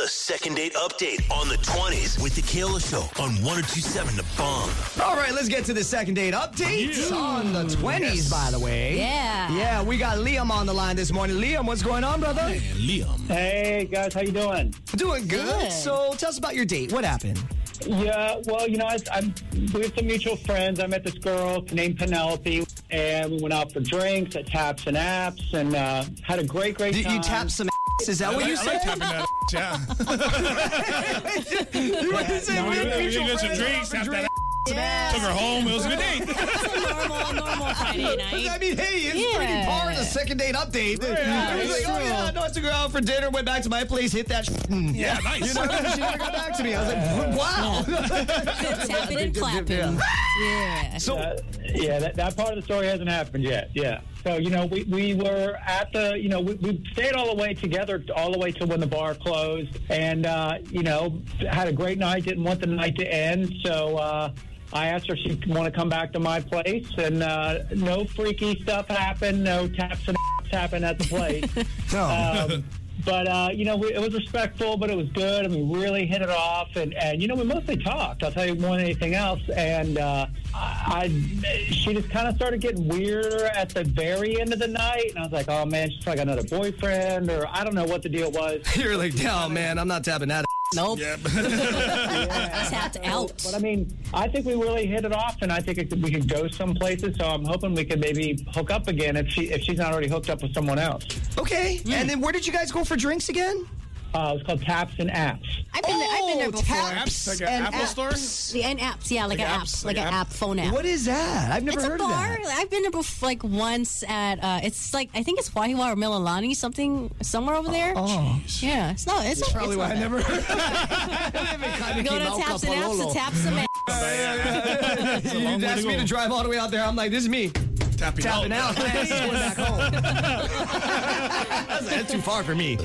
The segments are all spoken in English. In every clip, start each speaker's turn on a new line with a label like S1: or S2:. S1: The second date update on the 20s with the Kayla Show on 1027 The Bomb.
S2: All right, let's get to the second date update on the 20s, by the way.
S3: Yeah.
S2: Yeah, we got Liam on the line this morning. Liam, what's going on, brother?
S1: And Liam.
S4: Hey guys, how you doing?
S2: Doing good.
S3: Good.
S2: So tell us about your date. What happened?
S4: Yeah, well, you know, I, I'm with some mutual friends. I met this girl named Penelope, and we went out for drinks at Taps and Apps, and uh, had a great, great
S2: Did
S4: time.
S3: Um,
S2: you tap some ass? Is that what you
S5: I
S2: said?
S5: like tapping that. Yeah.
S2: you were saying
S5: we
S2: with
S5: we
S2: mutual
S5: did some
S2: friends,
S5: drinks,
S2: out
S5: tapped
S2: for
S5: that.
S3: Yeah.
S5: Took her home. It was a good date.
S3: It's a normal, normal Friday night.
S2: I mean, hey, it's pretty
S3: Yeah.
S2: par the second date update.
S5: Yeah,
S2: It was
S3: it's
S2: like, oh
S3: true.
S2: yeah, I know I had to go out for dinner, went back to my place, hit that.
S5: Yeah, nice.
S2: You know, she never got back to me. I was like, wow.
S3: Tapping and clapping.
S2: Yeah.
S3: Yeah.
S2: So,
S4: Uh, yeah, that, that part of the story hasn't happened yet. Yeah. So you know, we, we were at the you know we, we stayed all the way together all the way till when the bar closed, and uh, you know had a great night. Didn't want the night to end, so. Uh, I asked her if she'd want to come back to my place, and uh, no freaky stuff happened. No taps and happened at the place. Um, but uh, you know, we, it was respectful, but it was good, and we really hit it off. And, and you know, we mostly talked. I'll tell you more than anything else. And uh, I, I, she just kind of started getting weirder at the very end of the night, and I was like, oh man, she's probably got another boyfriend, or I don't know what the deal was.
S2: you're like, no, man, I'm not tapping that.
S3: Nope. Tapped out.
S4: But I mean, I think we really hit it off, and I think it, we could go some places. So I'm hoping we could maybe hook up again if she if she's not already hooked up with someone else.
S2: Okay. And then where did you guys go for drinks again?
S4: Uh, it's called Taps and Apps.
S3: I've been, there, I've been there before.
S2: Oh, Taps
S5: Apps, like an
S2: and
S5: Apple store?
S2: apps.
S3: Yeah, and apps. Yeah, like, an app, like an app, phone app.
S2: What is that? I've never
S3: It's a
S2: heard
S3: bar.
S2: of that.
S3: I've been there before, like once at. Uh, it's like I think it's Wahiwa or Mililani, something somewhere over there.
S2: Oh,
S3: Yeah, it's not. It's, not-
S2: probably
S3: it's
S2: why
S3: not
S2: I
S3: bad.
S2: never heard of it.
S3: go to taps and apps to tap some. ass.
S2: You
S5: long way
S2: asked
S5: to
S2: me
S5: go.
S2: to drive all the way out there. I'm like, this is me
S5: Tapping
S2: tapping out. This is going back home. That's that's too far for me.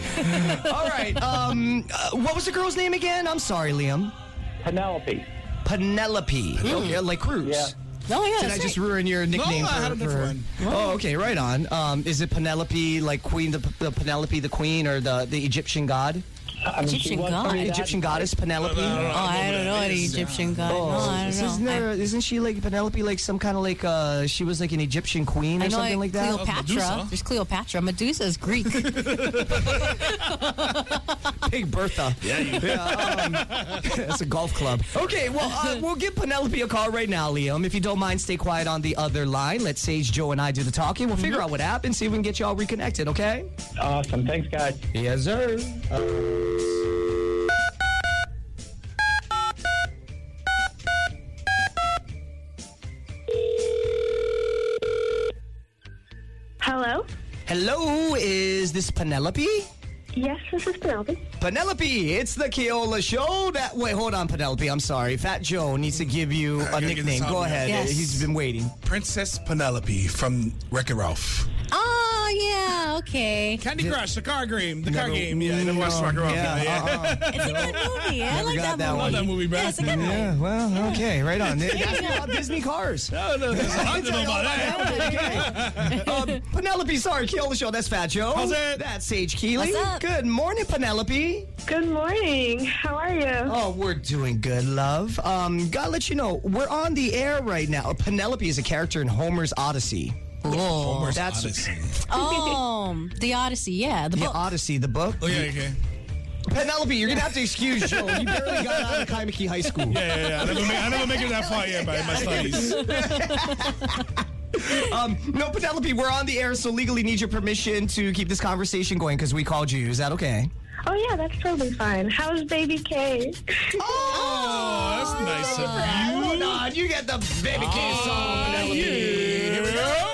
S2: All right. Um, uh, what was the girl's name again? I'm sorry, Liam.
S4: Penelope.
S2: Penelope. Okay, like Cruz.
S4: Yeah.
S3: Oh yeah,
S2: Did I
S3: that's
S2: just
S3: right.
S2: ruin your nickname?
S5: I
S2: for,
S5: had a
S2: for-
S5: different
S2: Oh, okay, right on. Um, is it Penelope, like Queen, the, the Penelope, the Queen, or the, the Egyptian god?
S4: I mean, she
S3: Egyptian
S4: was
S3: god.
S4: pretty bad
S2: Egyptian
S4: tonight.
S2: goddess Penelope. Oh,
S3: Oh, I don't know any Egyptian god. no, I don't know.
S2: Isn't, there, isn't she like Penelope, like some kind of like uh, she was like an Egyptian queen
S3: I,
S2: or
S3: I know
S2: something like that?
S3: Cleopatra.
S5: Medusa.
S3: There's Cleopatra. Medusa is Greek.
S2: Big Bertha. um,
S5: Yeah, you
S2: That's a golf club. Okay, well, uh, we'll give Penelope a call right now, Liam. If you don't mind, stay quiet on the other line. Let Sage, Joe, and I do the talking.
S3: Mm-hmm.
S2: We'll figure out what happened, see if we can get you all reconnected, okay?
S4: Awesome. Thanks, guys.
S2: Yes, sir.
S6: Hello?
S2: Hello, is this Penelope?
S6: Yes, this is Penelope.
S2: Penelope, it's the Keola Show. That wait, hold on, Penelope. I'm sorry. Fat Joe needs to give you a
S5: gotta get
S2: nickname.
S5: this
S2: Go
S5: out
S2: ahead.
S5: now.
S3: Yes.
S2: He's been waiting.
S5: Princess Penelope from Wreck-It Ralph.
S3: oh yeah, okay.
S5: Candy Crush, the car game. The car
S2: Never- Mm, uh,
S5: game. Yeah, I never watched Wreck-It Ralph.
S2: Yeah, Uh,
S5: Yeah, yeah.
S3: It's a good movie. I like
S2: got
S3: that,
S2: that one.
S3: movie.
S2: Love
S5: that movie, bro.
S3: Yeah, it's a good movie.
S2: Yeah, uh, well, okay, right on. They asked me about Disney cars. "Oh,
S5: I don't know. There's a lot to know about that.
S2: Um, Penelope, sorry, Keola Show. That's Fat Joe.
S5: How's it?
S2: That's Sage Keeley.
S3: What's up?
S2: Good morning, Penelope.
S6: Good morning. How are you?
S2: Oh, we're doing good, love. Um, gotta let you know, we're on the air right now. Penelope is a character in Homer's Odyssey.
S3: Oh,
S2: That's
S5: Odyssey.
S3: oh, the Odyssey. Yeah, the
S2: Yeah,
S3: book.
S2: Odyssey, the book.
S5: Oh, yeah, okay.
S2: Penelope, you're gonna have to excuse Joe. You barely got out of Kaimaki High School.
S5: Yeah, yeah, yeah. I never make, I never make it that far yet by my studies.
S2: Um, no, Penelope, we're on the air, so legally need your permission to keep this conversation going because we called you. Is that okay?
S6: Oh, yeah, that's totally fine. How's baby K?
S5: Oh, that's nice of
S2: Hold on, you get the baby kiss song, Penelope.
S5: you. Here we go.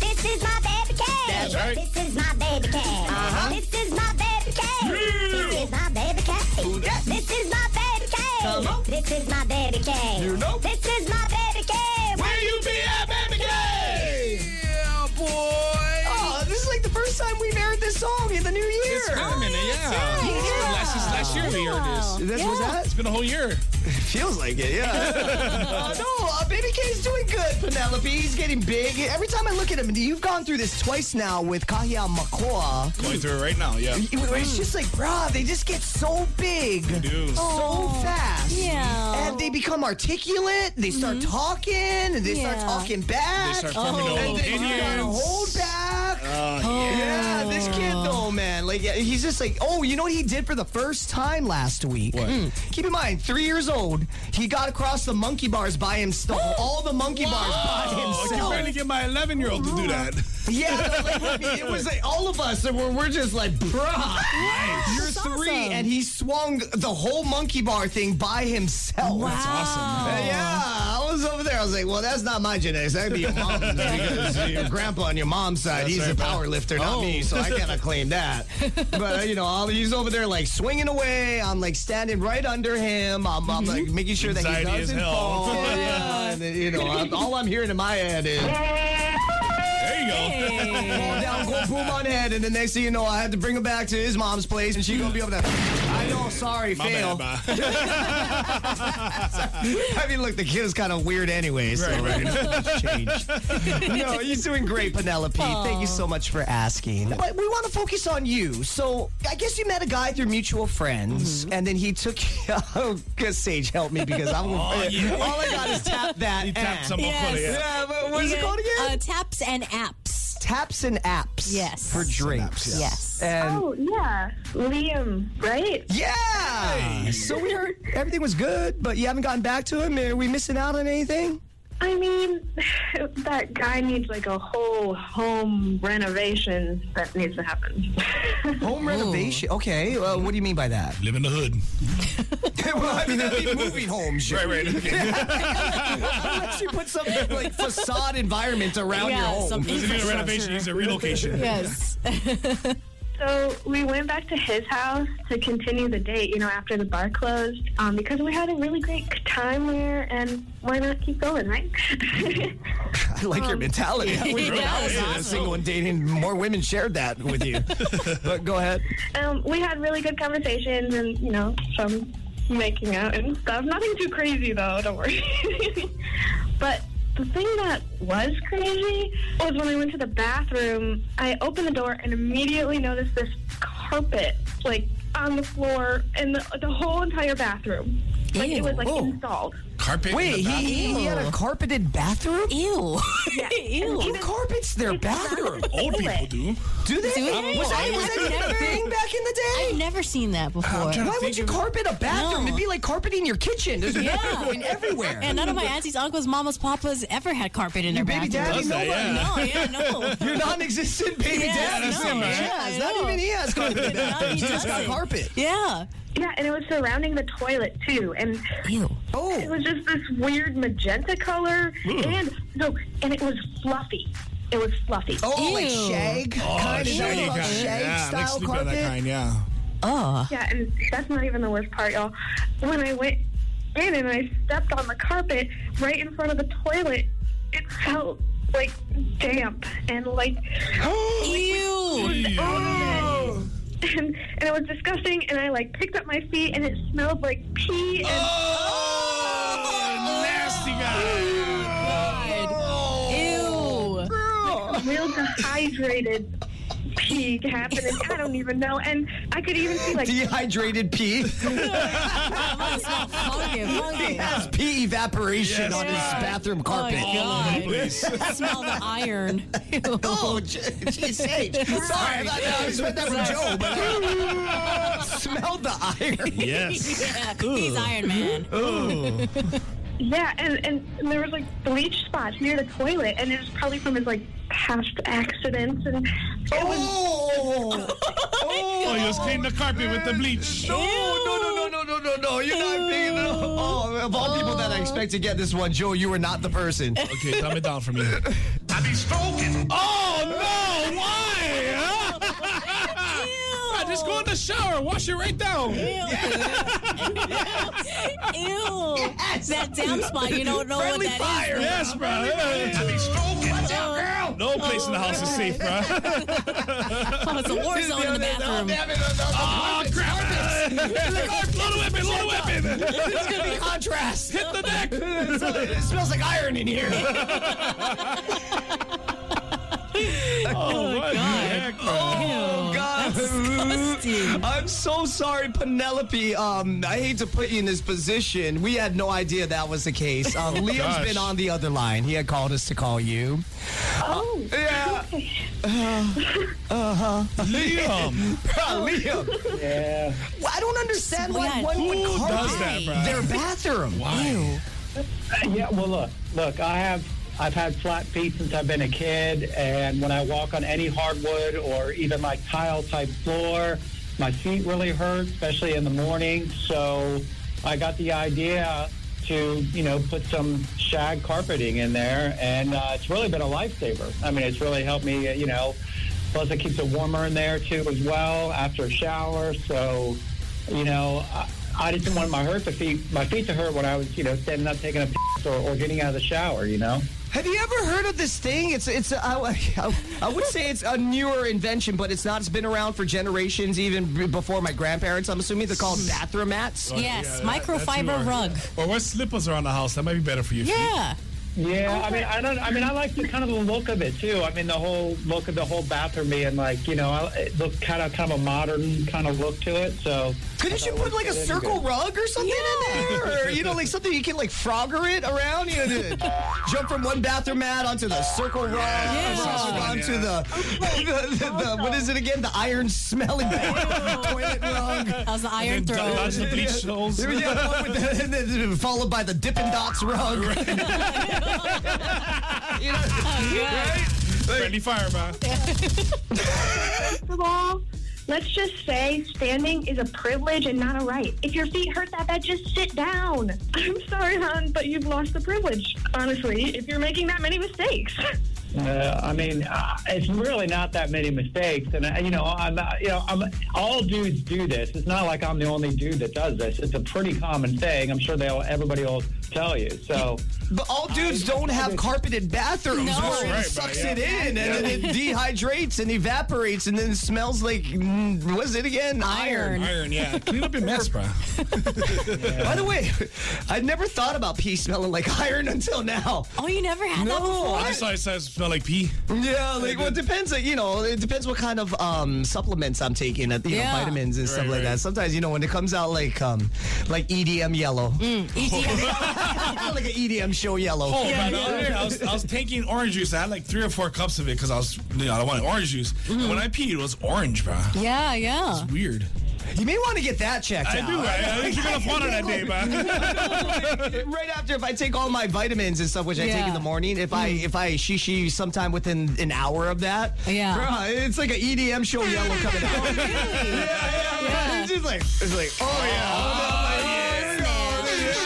S7: This is my baby cat.
S5: That's right.
S7: This is my baby cat. Uh-huh. This is my baby cat. This is my baby cat. This is my baby cat.
S2: Come on.
S7: This is my baby cat.
S2: You know.
S7: This is my baby cat.
S5: Where you be at, baby gay? Yeah, boy.
S2: Oh, this is like the first time we've aired this song in the new year.
S5: It's been a minute, yeah.
S3: right.
S5: It's been last, since last last year we aired this.
S2: This was that?
S5: It's been a whole year.
S2: Feels like it, yeah. uh, no, uh, Baby K's doing good, Penelope. He's getting big. Every time I look at him, you've gone through this twice now with Kahia Makoa.
S5: Going through it right now, yeah.
S2: It- It's just like, bruh, they just get so big,
S5: do.
S2: so fast.
S3: Oh. Yeah. Mm-hmm.
S2: And they become articulate. They start talking, and they start
S3: Yeah.
S2: talking back.
S5: They start forming
S3: Oh.
S5: their
S2: and
S5: own
S2: then you gotta
S5: opinions.
S2: hold back.
S5: Uh,
S2: Yeah, this kid
S5: Oh.
S2: though, man. Like yeah, he's just like, oh, you know what he did for the first time last week? Hmm.
S5: What?
S2: Keep in mind, three years old, he got across the monkey bars by himself. all the monkey bars by
S5: Oh, I'm
S2: himself.
S5: trying to get my 11 year old to do that.
S2: yeah, like, I mean, it was like all of us that were we're just like, bruh. You're
S3: That's
S2: three,
S3: awesome.
S2: and he swung the whole monkey bar thing by himself.
S3: awesome.
S2: Uh, Yeah, I was over there. I was like, well, that's not my genetics. That'd be your mom's. because your grandpa on your mom's side,
S5: That's
S2: he's
S5: right,
S2: a
S5: bro.
S2: power lifter, not me, so
S3: Oh.
S2: I cannot claim that. But, uh, you know, I'll, he's over there, like, swinging away. I'm, like, standing right under him. I'm, I'm like,
S3: Mm-hmm.
S2: making sure that he
S5: Anxiety as
S2: doesn't
S5: hell.
S2: fall. yeah, and, uh, you know, I'm, all I'm hearing in my head is,
S5: There you go.
S2: fall down, go boom on head. And the next thing you know, I had to bring him back to his mom's place, and she going to be over there. I know, sorry,
S5: My
S2: fail.
S5: bad, bye.
S2: I mean, look, the kid is kind of weird anyway, so
S5: Right,
S2: no, he's doing great, Penelope. Thank you so much for asking. But we want to focus on you. So I guess you met a guy through mutual friends,
S5: Mm-hmm.
S2: and then he took. Oh, good Sage, help me because I'm. All I got is tap that.
S5: You Oh, tapped
S2: app.
S5: some
S3: Yes.
S5: buckle, yeah.
S2: Yeah, but what is it
S3: Yeah,
S2: called again?
S3: Uh, taps and apps.
S2: Taps and apps.
S3: Yes.
S2: For drinks.
S3: Yes.
S2: And
S6: Oh, yeah. Liam, right?
S2: yeah. So we heard everything was good, but you haven't gotten back to him. Are we missing out on anything?
S6: I mean, that guy needs like a whole home renovation that needs to happen.
S2: Home renovation. Okay. Uh, what do you mean by that?
S5: Live in the hood.
S2: well, I mean, that'd be moving home shit.
S5: Right, right. Okay.
S2: Unless you put some like facade environment around
S3: Yeah,
S2: your home.
S3: some
S5: Doesn't need a renovation, needs a relocation.
S3: Yes.
S6: So we went back to his house to continue the date, you know, after the bar closed, um, because we had a really great time there, and why not keep going, right?
S2: I like your mentality. When I was
S5: Yeah,
S2: single and dating, more women shared that with you. but go ahead.
S6: um, we had really good conversations and, you know, some making out and stuff. Nothing too crazy, though, don't worry. but the thing that was crazy was when I went to the bathroom, I opened the door and immediately noticed this carpet, like, on the floor in the, the whole entire bathroom. Like, it was, like,
S2: Ew.
S6: installed.
S5: Carpet. in
S2: Wait,
S5: the
S2: he,
S5: bathroom.
S2: he, he had a carpeted bathroom?
S3: Ew.
S2: Who
S3: Ew.
S2: carpets their bathroom?
S5: Old people do.
S2: Do they?
S3: Do they?
S2: Was that,
S3: I
S2: was that
S3: would
S2: a
S3: never-
S2: thing back in the
S3: I've
S2: day?
S3: never seen that before.
S5: trying to-
S2: Why would
S5: think
S2: you
S5: of-
S2: carpet a bathroom?
S3: No.
S2: It'd be like carpeting your kitchen. There's
S3: Yeah.
S2: yeah. going everywhere.
S3: And none of my aunties, uncles, mamas, papas ever had carpet in their
S2: Your baby daddy,
S3: bathroom.
S5: Does that,
S2: nobody.
S5: yeah.
S3: No, yeah, no.
S2: Your non-existent baby
S3: Yeah,
S2: daddy.
S5: that's him, right?
S2: Yes,
S3: Yeah, I
S2: not
S3: know.
S2: even he has carpet. in the
S3: No, he
S2: bathroom. He just got
S3: doesn't.
S2: carpet.
S3: Yeah.
S6: Yeah, and it was surrounding the toilet too, and
S3: Ew.
S2: Oh.
S6: it was just this weird magenta color, and no, and it was fluffy. It was fluffy.
S2: Oh, like
S3: Ew.
S2: shag
S5: Oh,
S2: kind of
S5: shaggy
S2: shag,
S5: kind. yeah,
S2: style
S5: like sleep
S2: carpet.
S5: that kind, yeah.
S3: Oh.
S6: Yeah, and that's not even the worst part, y'all. When I went in and I stepped on the carpet right in front of the toilet, it felt like damp and like
S3: Ew.
S6: oh. and, and it was disgusting. And I like picked up my feet, and it smelled like pee and.
S5: Oh, nasty guy.
S3: Ew.
S6: real dehydrated pee happening. I don't even know. And I could even see like
S2: Dehydrated pee.
S3: Funky, funky.
S2: He has pee evaporation
S5: Yes,
S2: on his
S5: right.
S2: bathroom
S3: Oh,
S2: carpet.
S3: God.
S5: Please.
S3: Smell the iron. Ew.
S2: Oh, geez, Sage. Sorry, I thought I was meant that for Joe, but I smelled the iron.
S5: Yes. Oh.
S3: Yeah, he's Iron Man.
S5: Ooh.
S6: yeah, and, and and there was like bleach spots near the toilet, and it was probably from his like past accidents. And it was
S2: Oh,
S5: Oh, you was cleaning the carpet with the bleach.
S2: no, no, no, no, no, no, no. You're not big enough. Oh, of all people that I expect to get this one, Joe, you were not the person.
S5: Okay, dumb it down for me.
S1: I be smoking.
S5: Oh, no. Why? Huh? I just go in the shower. Wash it right down.
S3: Ew. Ew. That damn spot, you don't know
S2: Friendly
S3: what that
S2: fire.
S3: is.
S5: Yes, bro.
S1: I be smoking.
S3: Oh,
S5: No place in the house is safe, bro.
S3: it's a war zone in the
S2: No, Oh,
S3: bathroom.
S2: damn it, no, no, no.
S5: Oh, crap. Load a weapon, load a weapon.
S2: It's gonna
S5: oh
S2: be contrast.
S5: Hit the neck.
S2: it smells like iron in here.
S5: Oh, my God.
S2: Oh God! I'm so sorry, Penelope. Um, I hate to put you in this position. We had no idea that was the case. Um, Liam's
S5: gosh.
S2: been on the other line. He had called us to call you. Uh,
S6: Oh,
S2: Yeah,
S5: Liam.
S2: Liam.
S4: Yeah.
S2: Well, I don't understand why
S3: Yeah.
S2: one would
S5: Who
S2: call
S5: does that, bro?
S2: their bathroom.
S5: Why?
S4: Yeah, well, look, look, I have I've had flat feet since I've been a kid, and when I walk on any hardwood or even like tile type floor, my feet really hurt, especially in the morning. So I got the idea to you know put some shag carpeting in there, and uh, it's really been a lifesaver. I mean, it's really helped me, you know. Plus, it keeps it warmer in there too, as well after a shower. So you know, I, I just didn't want my hurt to feet my feet to hurt when I was, you know, standing up taking a piss or, or getting out of the shower, you know.
S2: Have you ever heard of this thing? It's it's a- I I- I would say it's a newer invention, but it's not. It's been around for generations, even b- before my grandparents. I'm assuming they're called bathroom mats.
S3: Yes,
S5: Yeah, that- that's
S3: microfiber
S5: who are-
S3: rug.
S5: Or wear slippers around the house. That might be better for your feet.
S3: Yeah.
S4: Yeah, I mean, I don't. I mean, I like the kind of the look of it too. I mean, the whole look of the whole bathroom being like, you know, I- it looked kind of kind of a modern kind of look to it. So
S2: Couldn't you
S4: That
S2: put like a
S4: would fit in
S2: circle
S4: good.
S2: rug or something in there? Or, you know, like something you can like frogger it around? You know, to jump from one bathroom mat onto the circle rug,
S5: fun,
S2: or onto
S5: yeah. Oh,
S2: the, the, the, the, what is it again? The iron smelling toilet rug.
S3: That was the iron
S5: And then
S3: throw.
S5: dodge the bleach holes.
S2: There we go, one with the- and then followed by the Dippin' Dots rug. You
S5: Oh,
S2: know,
S5: Friendly fire, man.
S6: First of all, let's just say standing is a privilege and not a right. If your feet hurt that bad, just sit down. I'm sorry, hon, but you've lost the privilege, honestly, if you're making that many mistakes.
S4: Uh, I mean, uh, it's really not that many mistakes, and uh, you know, I'm, uh, you know, I'm, all dudes do this. It's not like I'm the only dude that does this. It's a pretty common thing. I'm sure they will everybody will tell you. So,
S2: But all dudes don't have carpeted bathrooms
S3: No.
S2: where it
S5: Right,
S2: sucks
S5: buddy,
S2: it in and then it dehydrates and evaporates and then it smells like, mm, what is it again?
S3: Iron.
S5: Iron, yeah. Clean up your mess, bro.
S2: By the way, I never thought about pee smelling like iron until now.
S3: Oh, you never had that
S2: No,
S3: before?
S5: I just thought it says smell like pee.
S2: Yeah, like well, it depends. Like, you know, it depends what kind of um, supplements I'm taking, uh, you
S3: Yeah.
S2: know, vitamins and stuff
S5: Right,
S2: like
S5: right.
S2: that. Sometimes, you know, when it comes out like um, like EDM yellow, like an EDM show yellow.
S5: Mm. Oh, man, the other day I, was, I was taking orange juice. I had like three or four cups of it because I was, you know, I wanted orange juice. And when I peed, it was orange, bro.
S3: Yeah, yeah.
S5: Mm-hmm. Weird.
S2: You may want to get that checked
S5: I
S2: out.
S5: do. I, I think you're gonna have fun on that day, man.
S2: right after if I take all my vitamins and stuff, which I take
S3: Yeah.
S2: in the morning, if I if I shishi sometime within an hour of that,
S3: Yeah.
S2: bruh, it's like an EDM show yellow coming out. yeah, yeah, yeah. It's just like it's like oh yeah, oh,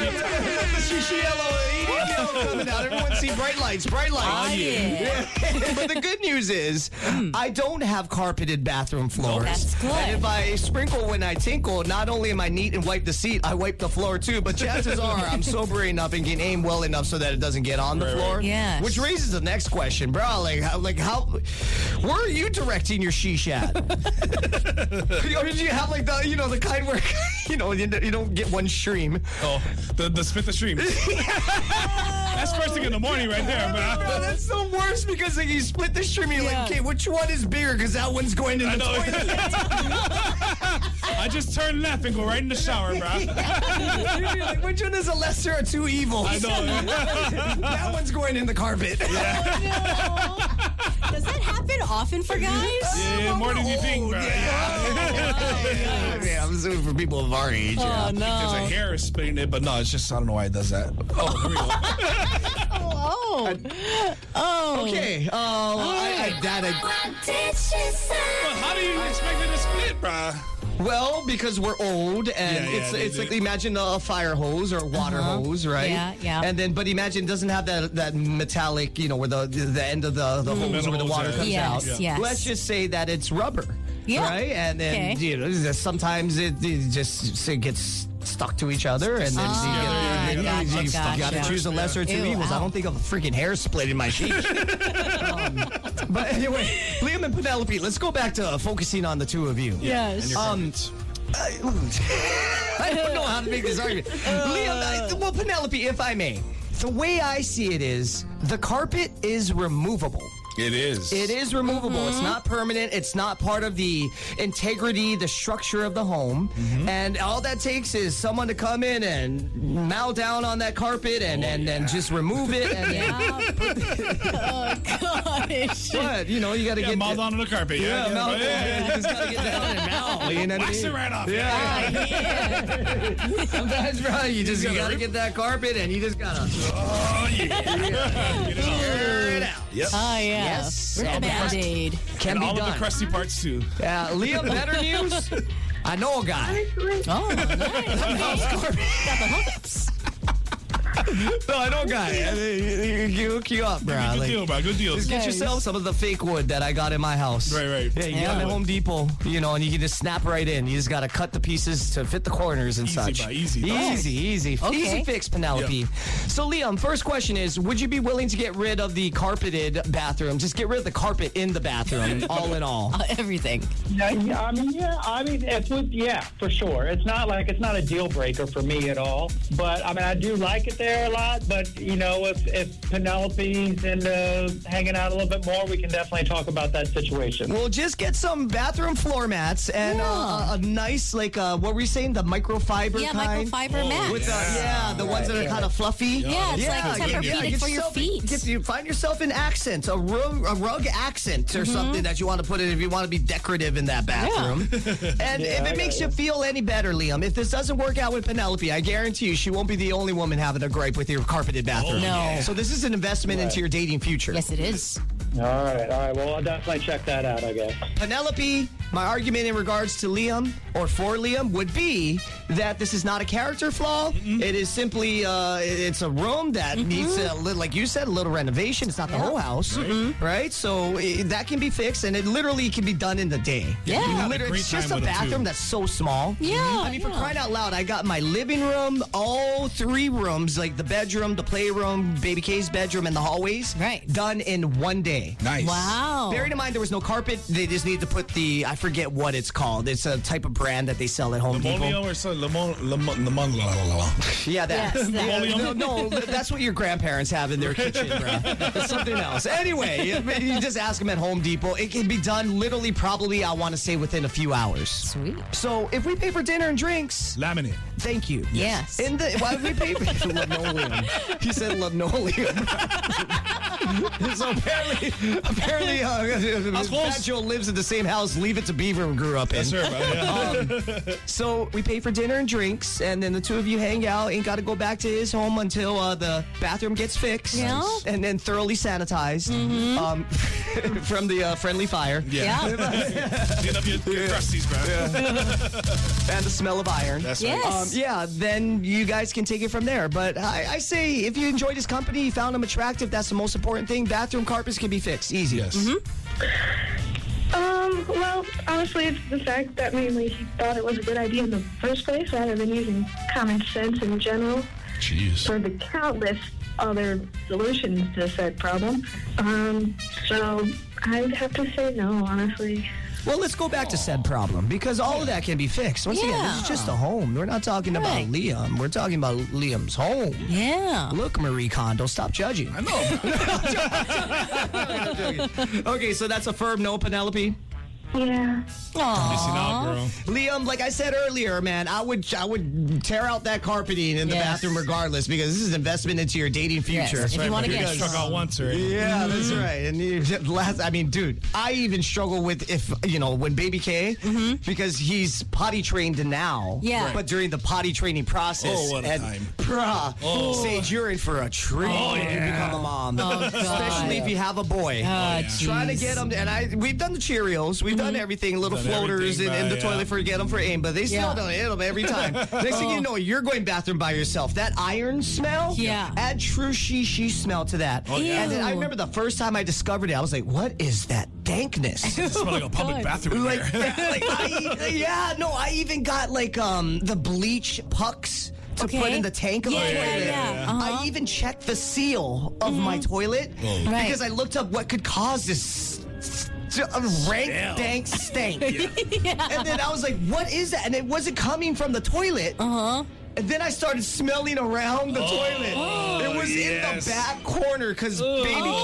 S2: yeah. The shishi yellow, EDM yellow coming out. Everyone see bright lights, bright lights.
S3: Oh, yeah.
S2: but the good news is, I don't have carpeted bathroom floors.
S3: That's good.
S2: And if I sprinkle when I tinkle, not only am I neat and wipe the seat, I wipe the floor too. But chances are, I'm sober enough and can aim well enough so that it doesn't get on the floor.
S3: Yes.
S2: Which raises the next question, bro. Like, how, like how? Where are you directing your sheesh at? or did you have like the, you know, the kind where, you know, you, you don't get one stream.
S5: Oh, the the spit the stream. That's first thing in the morning, right there,
S2: Bro,
S5: man.
S2: that's the worst because like, you split the stream. You're
S3: Yeah.
S2: like, okay, which one is bigger? Because that one's going in
S5: I
S2: the
S5: know.
S2: toilet.
S5: I just turn left and go right in the shower, bro.
S2: You're like, which one is a lesser of two evils?
S5: I know.
S2: That one's going in the carpet.
S3: Does that happen often for guys?
S5: Yeah, more than you think, bro. Oh,
S2: Yeah, I'm assuming for people of our age.
S3: Oh,
S5: There's a
S3: no.
S5: hair spitting it, but no, it's just I don't know why it does that. Oh, here we go.
S3: Oh. Oh.
S2: Okay, oh, I, I, that I-
S5: But how do you expect it to split, bro?
S2: well because we're old and
S5: Yeah, yeah,
S2: it's
S5: they
S2: it's
S5: do.
S2: like imagine a fire hose or a water hose, right?
S3: Uh-huh. Yeah, yeah.
S2: And then, but imagine it doesn't have that that metallic, you know, where the the, the end of the the hose
S5: metal
S2: where the
S5: hose,
S2: water
S5: yeah.
S2: comes
S3: Yes,
S2: out.
S3: yes.
S2: Let's just say that it's rubber,
S3: Yeah.
S2: right? And then
S3: Okay.
S2: you know sometimes it, it just it gets stuck to each other, and then you get
S5: Yeah,
S3: Ah,
S5: yeah, yeah.
S3: gotcha,
S2: You gotta
S3: gotcha.
S2: choose the lesser of two
S3: Ew,
S2: evils. I
S3: ow.
S2: don't think of a freaking hair split in my sheet. Um, but anyway, Liam and Penelope, let's go back to focusing on the two of you.
S3: Yes.
S5: And your
S2: Um,
S5: carpets.
S2: I, I don't know how to make this argument. Liam, I- well, Penelope, if I may, the way I see it is the carpet is removable.
S5: It is.
S2: It is removable.
S5: Mm-hmm.
S2: It's not permanent. It's not part of the integrity, the structure of the home.
S5: Mm-hmm.
S2: And all that takes is someone to come in and mow down on that carpet and
S5: Oh,
S2: and, and just remove it. And
S3: Oh, Gosh.
S2: but you know you got to
S5: Yeah,
S2: get
S5: mauled onto the carpet.
S2: Yeah,
S5: Yeah,
S2: mow down.
S5: yeah,
S2: You just gotta get down and mow. You know what I
S5: Wax it
S2: mean?
S5: right off.
S2: Yeah. That's right. You just you
S5: gotta
S2: gotta
S5: rip-
S2: get that carpet and you just gotta
S5: Oh, yeah. Get it out.
S2: tear it out.
S5: Yep.
S3: Oh, yeah.
S2: Yes.
S3: Rip the
S2: And
S3: Band-Aid.
S2: Can
S5: and
S2: be
S5: all
S2: done.
S5: of the crusty parts, too.
S2: Yeah, Liam, Uh, better news. I know a guy.
S3: Oh, nice. Got the hookups.
S2: No, I know a guy. You hook you up, bro.
S5: Good
S2: Like,
S5: deal, bro. Good deal.
S2: Get
S3: Nice.
S2: yourself some of the fake wood that I got in my house.
S5: Right, right.
S2: Yeah, you
S5: Yeah.
S2: got them at Home Depot, you know, and you can just snap right in. You just got to cut the pieces to fit the corners and
S5: Easy,
S2: such.
S5: bro, easy.
S2: easy, easy,
S3: Okay.
S2: easy fix, Penelope.
S5: Yeah.
S2: So, Liam, first question is: Would you be willing to get rid of the carpeted bathroom? Just get rid of the carpet in the bathroom, all in all.
S3: Oh, everything.
S4: Yeah, yeah, I mean, yeah, I mean, it's with, yeah, for sure. It's not like it's not a deal breaker for me at all. But I mean, I do like it there a lot. But you know, if if Penelope's into hanging out a little bit more, we can definitely talk about that situation.
S2: We'll just get some bathroom floor mats and uh,
S3: Yeah.
S2: a, a nice, like, uh, what were you saying? The microfiber
S3: Yeah,
S2: kind.
S3: microfiber mat.
S2: With yeah, yeah the ones that are kind of fluffy.
S3: uh, Yeah, it's like
S2: get-
S3: temper-peated
S2: get
S3: for your
S2: yourself-
S3: feet.
S2: Get, you find yourself an accent, a rug, a rug accent
S3: Mm-hmm.
S2: or something that you want to put in if you want to be decorative in that bathroom. and if it
S4: I got
S2: makes
S4: you.
S2: you feel any better, Liam, if this doesn't work out with Penelope, I guarantee you she won't be the only woman having a gripe with your carpeted bathroom.
S3: No. yeah.
S2: So this is an investment into your dating future.
S3: Yes, it is.
S4: All right, all right. Well, I'll definitely check that out. I guess.
S2: Penelope, my argument in regards to Liam or for Liam would be that this is not a character flaw.
S5: Mm-hmm.
S2: It is simply uh, it's a room that needs a little, like you said, a little renovation. It's not the whole house, right?
S5: Mm-hmm.
S2: So i that can be fixed, and it literally can be done in the day.
S3: Yeah.
S2: You
S3: You'd
S5: have a
S2: literally-
S5: great
S2: it's just
S5: time
S2: a
S5: with it, too.
S2: bathroom that's so small. Mm-hmm.
S3: Yeah,
S2: I mean, for
S3: yeah.
S2: crying out loud, I got my living room, all three rooms, like the bedroom, the playroom, baby K's bedroom, and the hallways,
S3: Right.
S2: Done in one day.
S5: Nice.
S3: Wow.
S2: Bearing in mind there was no carpet, they just need to put the I forget what it's called. It's a type of brand that they sell at Home Depot.
S5: Linoleum or so? Lemon, lemon, lemon, la, la, la, la.
S2: Yeah, that.
S3: Yes, that.
S2: Yeah, no,
S5: Linoleum?
S2: no, that's what your grandparents have in their kitchen, bro. It's something else. Anyway, you just ask them at Home Depot. It can be done literally, probably, I want to say within a few hours.
S3: Sweet.
S2: So if we pay for dinner and drinks,
S5: Laminate.
S2: thank you.
S3: Yes.
S2: In the why would we pay for linoleum? He said linoleum. so apparently, apparently, uh,
S5: close.
S2: Fat Joe lives in the same house. Leave it to Beaver grew up in.
S5: Yes, sir, bro. Yeah.
S2: Um, So we pay for dinner and drinks, and then the two of you hang out. Ain't got to go back to his home until uh, the bathroom gets fixed
S3: Yeah. Mm-hmm. Nice.
S2: and then thoroughly sanitized um, from the uh, friendly fire
S3: Yeah.
S5: Clean up your, your crusties, bro.
S2: and the smell of iron.
S5: That's
S3: Yes.
S5: right.
S2: Um, yeah, then you guys can take it from there. But I, I say if you enjoyed his company, you found him attractive, that's the most important thing. Bathroom carpets can be fixed. Easy.
S5: Yes.
S6: Um, well, honestly, it's the fact that mainly he thought it was a good idea in the first place rather than using common sense in general
S5: Jeez.
S6: for the countless other solutions to said problem. Um, so I would have to say no, honestly.
S2: Well, let's go back to said problem because all of that can be fixed. Once again, this is
S3: Yeah.
S2: just a home. We're not talking about
S3: Right.
S2: Liam. We're talking about Liam's home.
S3: Yeah.
S2: Look, Marie Kondo, stop judging.
S5: I know. bro.
S2: Okay, so that's a firm no, Penelope.
S6: Yeah.
S3: Oh,
S5: Missing
S3: Aw.
S5: out, girl.
S2: Liam, like I said earlier, man, I would I would tear out that carpeting in the
S3: Yes.
S2: bathroom regardless because this is an investment into your dating
S3: Yes,
S2: future.
S3: if you want to
S5: You
S3: get
S5: got struck out once or
S2: Yeah, that's
S3: Mm-hmm.
S2: right. And you, last, I mean, dude, I even struggle with if you know when Baby K because he's potty trained now.
S3: Mm-hmm. Yeah. Right.
S2: but during the potty training process,
S5: Oh, what a
S2: and,
S5: time.
S2: bruh, Sage, you're in for a treat
S5: Oh,
S2: when you
S5: yeah.
S2: become a mom,
S3: Oh, God.
S2: especially if you have a boy.
S3: Ah,
S5: yeah.
S2: Trying to get them, and I we've done the Cheerios, we've done everything, little
S5: Done
S2: floaters
S5: everything,
S2: in, in the
S5: right, yeah.
S2: toilet for get them for aim, but they still
S3: Yeah.
S2: don't hit them every time. Next thing you know, you're going bathroom by yourself. That iron smell,
S3: Yeah.
S2: add true she she smell to that.
S5: Oh, yeah.
S2: And then I
S3: Ew.
S2: remember the first time I discovered it, I was like, what is that dankness?
S5: It's like a public
S3: God.
S5: bathroom.
S2: like,
S5: there.
S2: like I, e-, uh, yeah, no, I even got like um the bleach pucks to
S3: Okay.
S2: put in the tank of
S3: Yeah,
S2: my
S3: yeah,
S2: toilet.
S3: yeah, yeah. Uh-huh. Mm-hmm.
S2: I even checked the seal of my toilet
S5: Oh.
S3: Right.
S2: because I looked up what could cause this s- s- j- a rank, dank stank. And then I was like, what is that? And it wasn't coming from the toilet. Uh-huh. And then I started smelling around
S3: Oh.
S2: the toilet. it was in the
S5: yes.
S2: back corner because Baby
S3: Oh.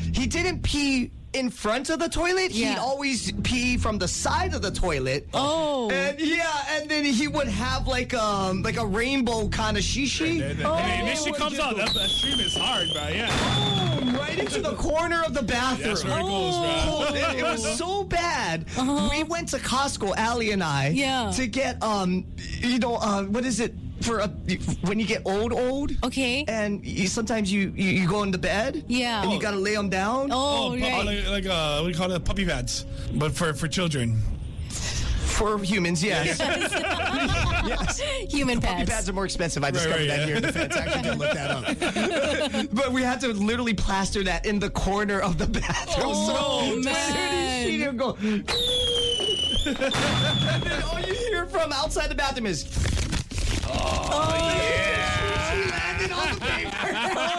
S2: King, he didn't pee in front of the toilet. He'd
S3: Yeah.
S2: always pee from the side of the toilet.
S3: Oh.
S2: And yeah, and then he would have like um like a rainbow kind of shishi. Oh.
S5: Hey, this shit comes out. That, that stream is hard, bro. Yeah.
S2: Boom, right into the corner of the bathroom.
S5: That's where it goes, bro.
S2: Oh, it, it was so bad. We went to Costco, Allie and I,
S3: Uh-huh. Yeah.
S2: to get um, you know, uh, what is it for a, when you get old, old?
S3: Okay.
S2: And you, sometimes you, you you go into bed,
S3: Yeah.
S2: and you gotta lay them down.
S3: Oh,
S5: pu-
S3: right.
S5: like, like uh, what do you call it? Puppy pads, but for for children.
S2: for humans, yes. yes.
S3: Human
S2: Puppy
S3: pads.
S2: pads are more expensive. I discovered
S5: right,
S2: that
S5: yeah.
S2: here in the Feds. I actually did look that up. but we had to literally plaster that in the corner of the bathroom.
S3: Oh,
S2: so
S3: man.
S2: she didn't go. and then all you hear from outside the "Oh, bathroom is. Oh, yeah. She landed on the paper.
S3: Oh,